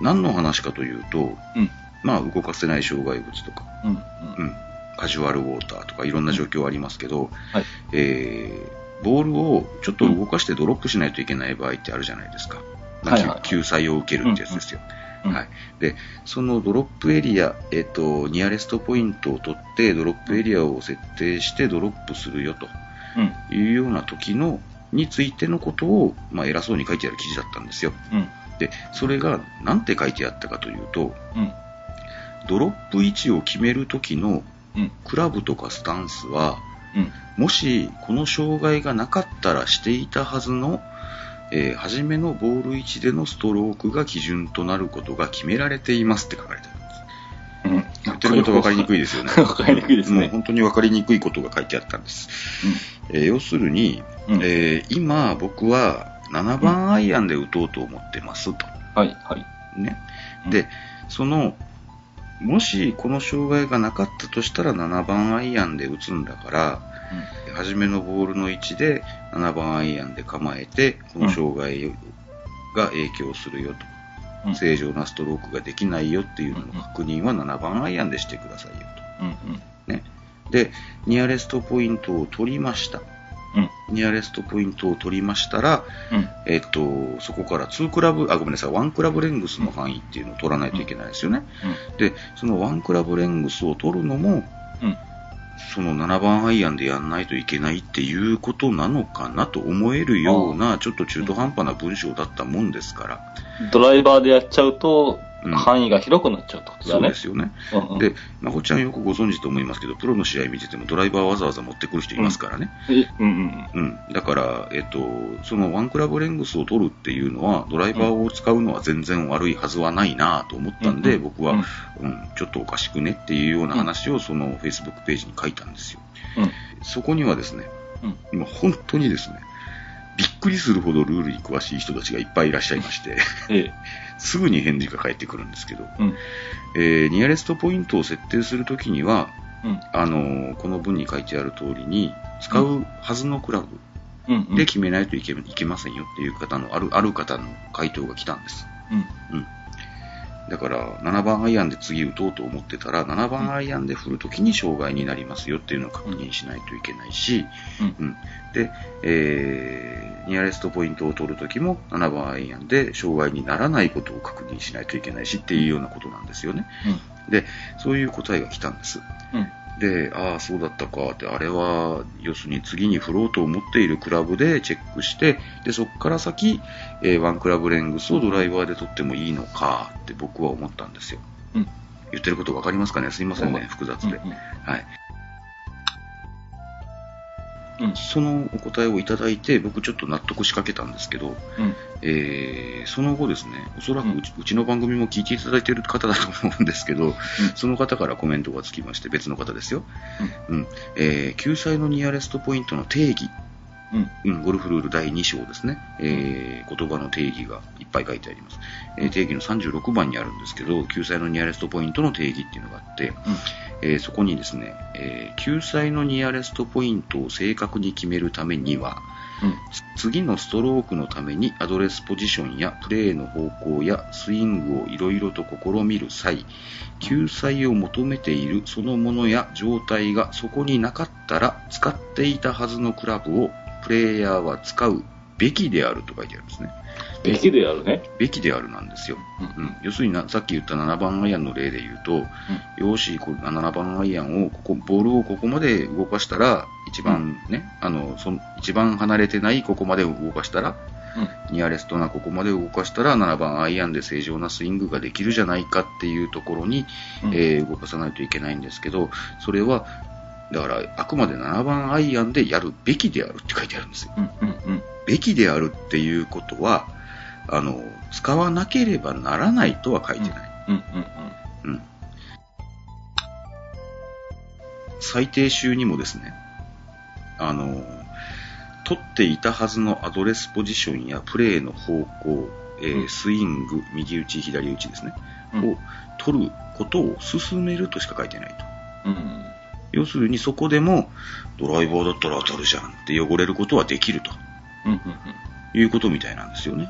S2: 何の話かというと、
S3: うん
S2: まあ、動かせない障害物とか、
S3: うんう
S2: うんん、カジュアルウォーターとかいろんな状況ありますけど、
S3: はい
S2: えーボールをちょっと動かしてドロップしないといけない場合ってあるじゃないですか。まあ
S3: はいはいはい
S2: 救救済を受けるってやつですよ。
S3: うん
S2: はい、でそのドロップエリア、えっと、ニアレストポイントを取って、ドロップエリアを設定してドロップするよと
S3: うん
S2: いうような時のについてのことを、まあ、偉そうに書いてある記事だったんですよ。
S3: うん
S2: で、それが何て書いてあったかというと、
S3: うん
S2: ドロップ位置を決める時の
S3: うん
S2: クラブとかスタンスは、
S3: うん
S2: もしこの障害がなかったらしていたはずの、えー初めのボール位置でのストロークが基準となることが決められていますって書かれてあるんです。
S3: うん
S2: 言ってること分かりにくいですよね。
S3: わかりにくいです
S2: もう
S3: ね。
S2: 本当に分かりにくいことが書いてあったんです。えー要するに、
S3: うんうん
S2: えー今僕は7番アイアンで打とうと思ってますと。
S3: はいはい。
S2: ね。
S3: うん
S2: で、その、もしこの障害がなかったとしたら7番アイアンで打つんだから、初めのボールの位置で7番アイアンで構えて、この障害が影響するよと。
S3: うん
S2: 正常なストロークができないよっていうのの確認は7番アイアンでしてくださいよ
S3: うん
S2: と。ね。で、ニアレストポイントを取りました。
S3: うん
S2: ニアレストポイントを取りましたら、
S3: うんうん
S2: えっと、そこから2クラブ、あ、ごめんなさい、1クラブレングスの範囲っていうのを取らないといけないですよね。で、その1クラブレングスを取るのも、
S3: うん
S2: その7番アイアンでやんないといけないっていうことなのかなと思えるような、ちょっと中途半端な文章だったもんですから、
S3: ドライバーでやっちゃうと、
S2: うん
S3: 範囲が広くなっちゃうってことだ
S2: そう
S3: ね。
S2: ですよね。
S3: うんうん
S2: で、まこっちゃんよくご存知と思いますけど、プロの試合見ててもドライバーわざわざ持ってくる人いますからね。
S3: えうんう
S2: う
S3: ん
S2: ん。だから、えっと、そのワンクラブレングスを取るっていうのは、ドライバーを使うのは全然悪いはずはないなと思ったんで、
S3: うん
S2: 僕
S3: うん
S2: は、うん、ちょっとおかしくねっていうような話をその Facebook ページに書いたんですよ。
S3: うん
S2: そこにはですね、
S3: うん
S2: 今本当にですね、びっくりするほどルールに詳しい人たちがいっぱいいらっしゃいま して、
S3: ええ
S2: すぐに返事が返ってくるんですけど、
S3: うん
S2: えーニアレストポイントを設定するときには、
S3: うん
S2: あのーこの文に書いてある通りに、使うはずのクラブ
S3: うんうん
S2: で決めないといけ,、いけませんよっていう方の、ある、ある方の回答が来たんです。
S3: うん
S2: だから、7番アイアンで次打とうと思ってたら、7番アイアンで振るときに障害になりますよっていうのを確認しないといけないし、
S3: う
S2: うんで、えーニアレストポイントを取るときも、7番アイアンで障害にならないことを確認しないといけないしっていうようなことなんですよね。で、そういう答えが来たんです。
S3: うん
S2: で、ああ、そうだったかって、あれは、要するに次に振ろうと思っているクラブでチェックして、で、そこから先、えーワンクラブレングスをドライバーで取ってもいいのかって僕は思ったんですよ。
S3: うん
S2: 言ってることわかりますかねすいません
S3: わか
S2: ね
S3: る、
S2: 複雑
S3: うん
S2: で。はい。
S3: うん
S2: そのお答えをいただいて、僕ちょっと納得しかけたんですけど、
S3: うん
S2: えーその後ですね、おそらく
S3: うん
S2: うち,、うちの番組も聞いていただいている方だと思うんですけど、その方からコメントがつきまして、別の方ですよ。うん、えー救済のニアレストポイントの定義、
S3: うん
S2: うん、ゴルフルール第2章ですね、えー言葉の定義がいっぱい書いてあります。えー定義の36番にあるんですけど、救済のニアレストポイントの定義っていうのがあって、えーそこにですね、えー救済のニアレストポイントを正確に決めるためには、
S3: うん
S2: 次のストロークのためにアドレスポジションやプレーの方向やスイングをいろいろと試みる際救済を求めているそのものや状態がそこになかったら使っていたはずのクラブをプレイヤーは使うべきであると書いてあるんですね。
S3: べきでやるね。
S2: べきであるなんですよ。
S3: う
S2: うんん、要するになさっき言った7番アイアンの例で言うと、よーし、こう7番アイアンをここ、ボールをここまで動かしたら、一番ね、あの、その、一番離れてないここまで動かしたら、ニアレストなここまで動かしたら、7番アイアンで正常なスイングができるじゃないかっていうところに、
S3: うん
S2: えー動かさないといけないんですけど、それは、だから、あくまで7番アイアンでやるべきであるって書いてあるんですよ。
S3: うんうんうん
S2: べきであるっていうことは、あの、使わなければならないとは書いてない。
S3: うんうんう
S2: う
S3: ん
S2: ん。最低週にもですね、あの、取っていたはずのアドレスポジションやプレーの方向、えー
S3: うん
S2: スイング、右打ち、左打ちですね、
S3: うん
S2: を取ることを進めるとしか書いてないと。
S3: うん
S2: 要するにそこでも、ドライバーだったら当たるじゃんって汚れることはできると
S3: うんうん
S2: いうことみたいなんですよね。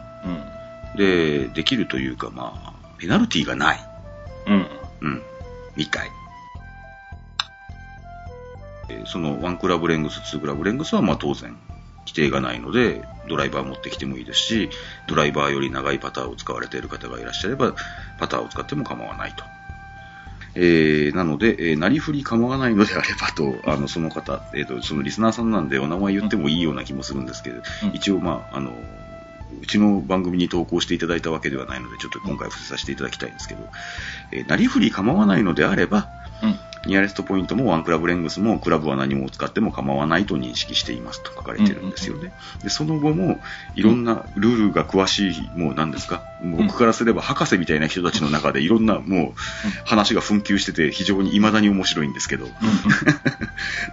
S2: で、できるというか、まあ、ペナルティーがない。
S3: うんうん
S2: うん、みたい。えーそのワンクラブレングス、ツークラブレングスはまあ当然、規定がないので、ドライバー持ってきてもいいですし、ドライバーより長いパターを使われている方がいらっしゃれば、パターを使っても構わないと。えーなので、えーなりふり構わないのであればと、あの、その方、えっ、と、そのリスナーさんなんでお名前言ってもいいような気もするんですけど、
S3: うん
S2: 一応、まあ、あの、うちの番組に投稿していただいたわけではないので、ちょっと今回伏せさせていただきたいんですけど、えーなりふり構わないのであれば、
S3: うん
S2: ニアレストポイントもワンクラブレングスもクラブは何も使っても構わないと認識していますと書かれてるんですよね。で、その後もいろんなルールが詳しい、もう何ですか、
S3: ん
S2: 僕からすれば博士みたいな人たちの中でいろんなもう話が紛糾してて非常に未だに面白いんですけど、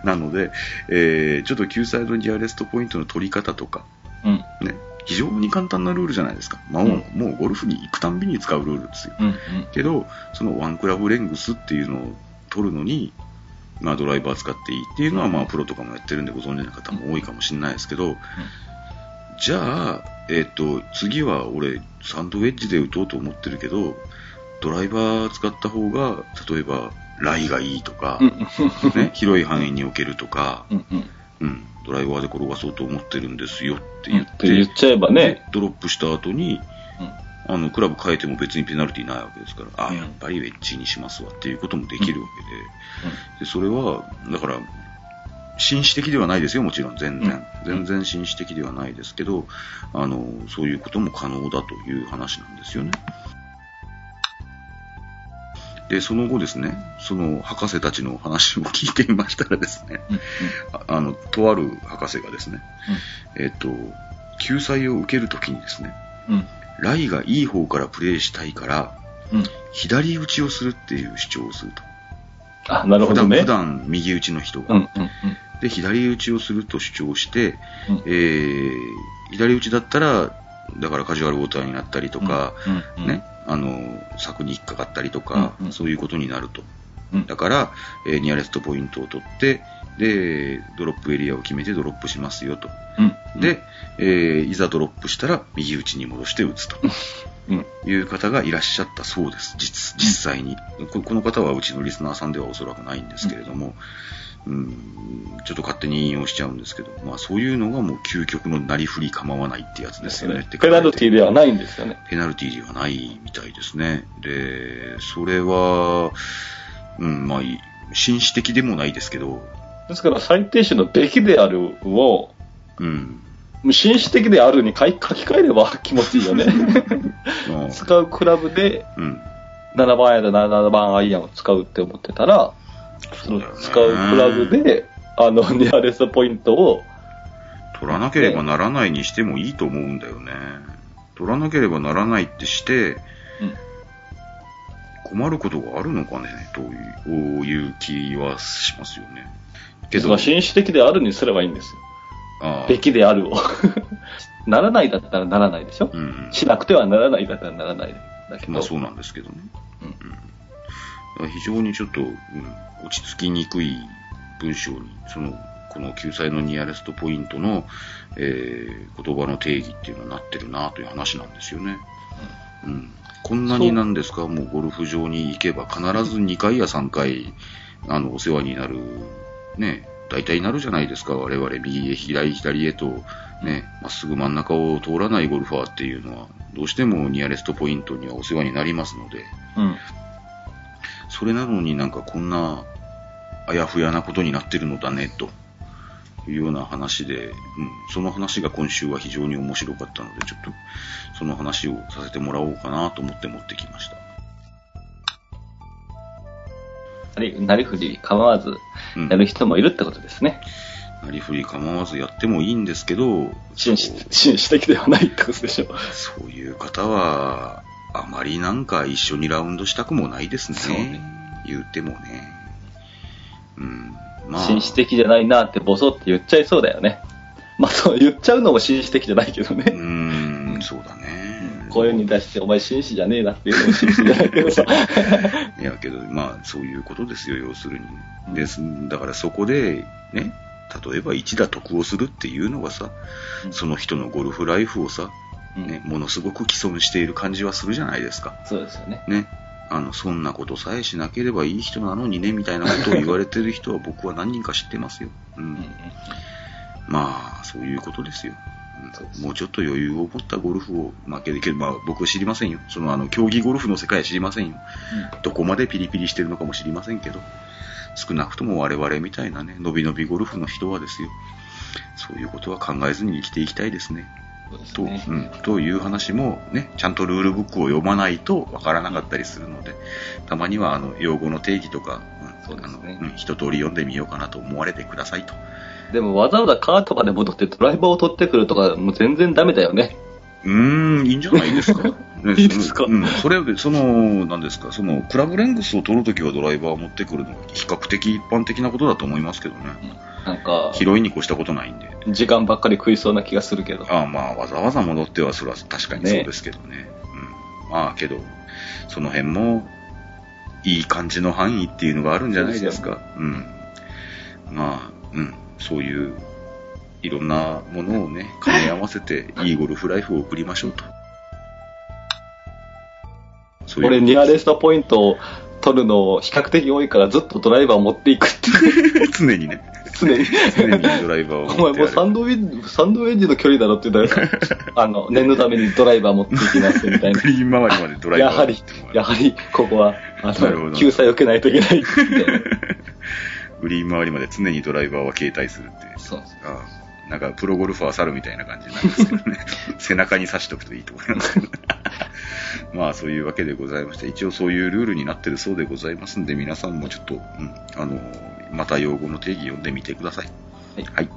S2: なので、えーちょっと救済のニアレストポイントの取り方とか、
S3: うん
S2: ね、非常に簡単なルールじゃないですか。まあ、もうもうゴルフに行くたんびに使うルールですよ。
S3: うん
S2: けど、そのワンクラブレングスっていうのを取るのに、まあドライバー使っていいっていうのは、まあプロとかもやってるんでご存知の方も多いかもしれないですけど、じゃあ、えっ、と、次は俺、サンドウェッジで打とうと思ってるけど、ドライバー使った方が、例えば、ライがいいとか、
S3: うんうん
S2: ね、広い範囲に置けるとか、
S3: うんうん
S2: うん、ドライバーで転がそうと思ってるんですよって
S3: うん
S2: 言
S3: っ
S2: って
S3: て言っちゃえばね。
S2: ドロップした後に、あの、クラブ変えても別にペナルティーないわけですから、あ、
S3: うん
S2: やっぱりウェッジにしますわっていうこともできるわけで、でそれは、だから、紳士的ではないですよ、もちろん、全然。
S3: うん
S2: 全然紳士的ではないですけど、あの、そういうことも可能だという話なんですよね。で、その後ですね、その博士たちの話も聞いていましたらですね、
S3: うん
S2: ああの、とある博士がですね、えっと、救済を受けるときにですね、
S3: うん
S2: ライがいい方からプレイしたいから、
S3: うんうん
S2: 左打ちをするっていう主張をすると。
S3: あ、なるほどね。
S2: 普段普段右打ちの人
S3: う
S2: が、
S3: んうんうん。
S2: で、左打ちをすると主張して、
S3: うん
S2: えー左打ちだったら、だからカジュアルウォーターになったりとか、
S3: うんうん
S2: ね、あの、柵に引っかかったりとか、
S3: うんうん
S2: そういうことになると。
S3: うん
S2: だから、えーニアレストポイントを取って、で、ドロップエリアを決めてドロップしますよと。
S3: うん
S2: で、えーいざドロップしたら右打ちに戻して打つと
S3: うん
S2: いう方がいらっしゃったそうです、実実際に、こ。この方はうちのリスナーさんではおそらくないんですけれども、うん、ちょっと勝手に引用しちゃうんですけど、まあそういうのがもう究極のなりふり構わないってやつですよねって
S3: ペナルティではないんですよね。
S2: ペナルティーではないみたいですね。で、それは、うん、まあ、い紳士的でもないですけど、
S3: ですから最低種のべきであるを、
S2: うん。
S3: 紳士的であるに書き書き換えれば気持ちいい よね。
S2: まあ
S3: 使うクラブで
S2: うん。
S3: 7番アイアンで7番アイアンを使うって思ってたら、その使うクラブで、あの、ニアレストポイントを、
S2: 取らなければならないにしてもいいと思うんだよね。取らなければならないってして、
S3: うん
S2: 困ることがあるのかね、といういう気はしますよね。け
S3: ま
S2: ど
S3: あ、紳士的であるにすればいいんですよ。
S2: ああ
S3: べきであるを。 ならないだったらならないでしょ、
S2: うん、
S3: しなくてはならないだったらならないだけど。
S2: まあそうなんですけどね。
S3: うん
S2: うんだから非常にちょっと、うん、落ち着きにくい文章に、その、この救済のニアレストポイントの、えー言葉の定義っていうのになってるなという話なんですよね。うん。こんなになんですか、もうゴルフ場に行けば必ず2回や3回、あの、お世話になる、ね、大体なるじゃないですか、我々、右へ、左へ、左へと、ね、まっすぐ真ん中を通らないゴルファーっていうのは、どうしてもニアレストポイントにはお世話になりますので、
S3: うん。
S2: それなのになんかこんなあやふやなことになってるのだね、というような話で、うん、その話が今週は非常に面白かったので、ちょっとその話をさせてもらおうかなと思って持ってきました。
S3: なりなりふり構わず
S2: うん
S3: やる人もいるってことですね。
S2: なりふり構わずやってもいいんですけど、
S3: 紳士紳士的ではないってことでしょ。
S2: そうそういう方は、あまりなんか一緒にラウンドしたくもないですね。
S3: そうね
S2: 言うてもね。うん。まあ、
S3: 紳士的じゃないなってボソって言っちゃいそうだよね。まあそう言っちゃうのも紳士的じゃないけど
S2: う
S3: ね。
S2: ーん、そうだね。
S3: 声に出してお前紳士じゃねえなっていうのも紳士じゃないけどさ。
S2: いやけど、まあ、そういうことですよ、要する
S3: う
S2: に。
S3: ん
S2: ですだからそこで、ね、例えば一打得をするっていうのがさ、
S3: う ん
S2: その人のゴルフライフをさ、
S3: うん
S2: ね、ものすごく既存している感じはするじゃないですか。
S3: そうですよね。
S2: ね。あの、そんなことさえしなければいい人なのにね、みたいなことを言われてる 人は僕は何人か知ってますよ。う
S3: うんうん
S2: ん。まあ、そういうことですよ。うん
S3: そうです
S2: もうちょっと余裕を持ったゴルフを、まあ、けどけどまあ、僕は知りませんよ。その、あの、競技ゴルフの世界は知りませんよ。どこまでピリピリしてるのかも知りませんけど、少なくとも我々みたいなね、のびのびゴルフの人はですよ、そういうことは考えずに生きていきたいですね。
S3: そうです
S2: と,、う
S3: ね。
S2: ん、という話もね、ちゃんとルールブックを読まないとわからなかったりするので、たまにはあの用語の定義とか、ん
S3: そうですね
S2: あのうん、一通り読んでみようかなと思われてくださいと。
S3: でもわざわざカートまで戻ってドライバーを取ってくるとかもう全然ダメだよね。
S2: うーん、いいんじゃない ですか。ね
S3: いいですか
S2: そのうん、それより、その、なんですか、その、クラブレングスを取るときはドライバーを持ってくるのが比較的一般的なことだと思いますけどね。
S3: なんか、
S2: 拾いに越したことないんで。
S3: 時間ばっかり食いそうな気がするけど。
S2: ああまあ、わざわざ戻っては、それは確かにそうですけどね。うん。まあ、けど、その辺も、いい感じの範囲っていうのがあるんじゃないですか。うん。まあ、うん。そういう、いろんなものをね、兼ね合わせて、いいゴルフライフを送りましょうと。そういう
S3: 俺、ニアレストポイントを取るの比較的多いからずっとドライバーを持っていくっていう、
S2: 常にね、
S3: 常に。
S2: 常にドライバーを持
S3: お
S2: ってあ
S3: 前
S2: れ
S3: もうサンドウェッジ、サンドウェッジの距離だろって言ったら、あの、念のためにドライバー持っていきますみたいな
S2: グ。リーン周りまでドライ
S3: や
S2: バー
S3: は
S2: を持
S3: り
S2: ってもら、う
S3: やはり、ここは、あ
S2: なるほ
S3: の、
S2: ど
S3: 救済を受けないといけ ないみたいな。
S2: グリーン周りまで常にドライバーは携帯するっていう。
S3: そう
S2: あなんかプロゴルファー猿みたいな感じなんですけどね、背中に刺しとくといいと思いますけどまあそういうわけでございまして、一応そういうルールになってるそうでございますんで、皆さんもちょっと、うん、あの、また用語の定義読んでみてください。
S3: はい
S2: はい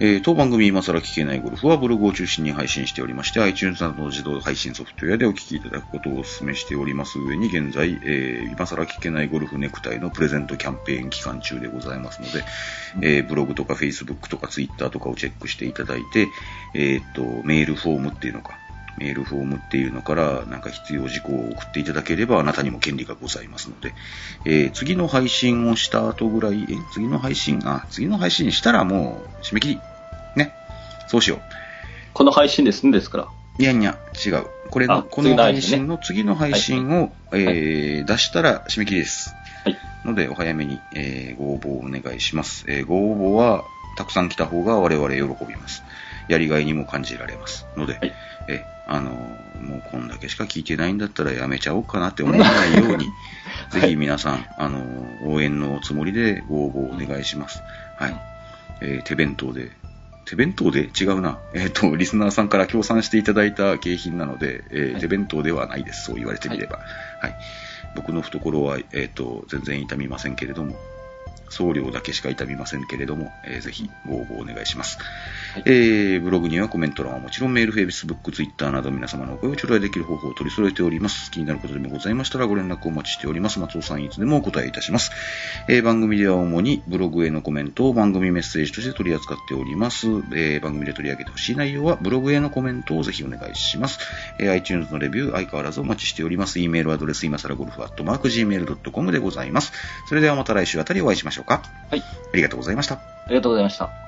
S2: えー当番組今更聞けないゴルフはブログを中心に配信しておりまして、iTunes などの自動配信ソフトウェアでお聞きいただくことをお勧めしております上に現在、えー今更聞けないゴルフネクタイのプレゼントキャンペーン期間中でございますので、えーブログとか Facebook とか Twitter とかをチェックしていただいて、えーっと、メールフォームっていうのか、メールフォームっていうのから、なんか必要事項を送っていただければ、あなたにも権利がございますので、えー次の配信をした後ぐらい、え、次の配信、あ、次の配信したらもう、締め切り。ね。そうしよ
S3: この配信ですね、ですから。
S2: う。いやいや、違う。これの、
S3: あ
S2: こ
S3: 次
S2: の
S3: の配
S2: 配
S3: 信ね
S2: 信の次の配信を、えー出したら締め切りです。
S3: はい。
S2: ので、お早めに、えーご応募をお願いします。えーご応募は、たくさん来た方が我々喜びます。やりがいにも感じられます。ので、
S3: はい
S2: え、あのー、もうこんだけしか聞いてないんだったらやめちゃおうかなって思わないよう に、
S3: は
S2: ぜ
S3: い
S2: ひ皆さん、あのー、応援のおつもりでご応募お願いします。はい。えー手弁当で、手弁当で違うな。えっ、と、リスナーさんから協賛していただいた景品なので、えー
S3: はい
S2: 手弁当ではないです。そう言われてみれば。はい。僕の懐は、えっ、と、全然痛みませんけれども、送料だけしか痛みませんけれども、えーぜひご応募お願いします。
S3: はい
S2: えーブログにはコメント欄はもちろんメール、フェイスブック、ツイッターなど皆様のお声を頂戴できる方法を取り揃えております。気になることでもございましたらご連絡お待ちしております。松尾さんいつでもお答えいたします。えー番組では主にブログへのコメントを番組メッセージとして取り扱っております。えー番組で取り上げてほしい内容はブログへのコメントをぜひお願いします。えー iTunes のレビュー相変わらずお待ちしております。e メールアドレス今更ゴルフアットマーク Gmail.com でございます。それではまた来週あたりお会いしましょうか。
S3: はい。
S2: ありがとうございました。
S3: ありがとうございました。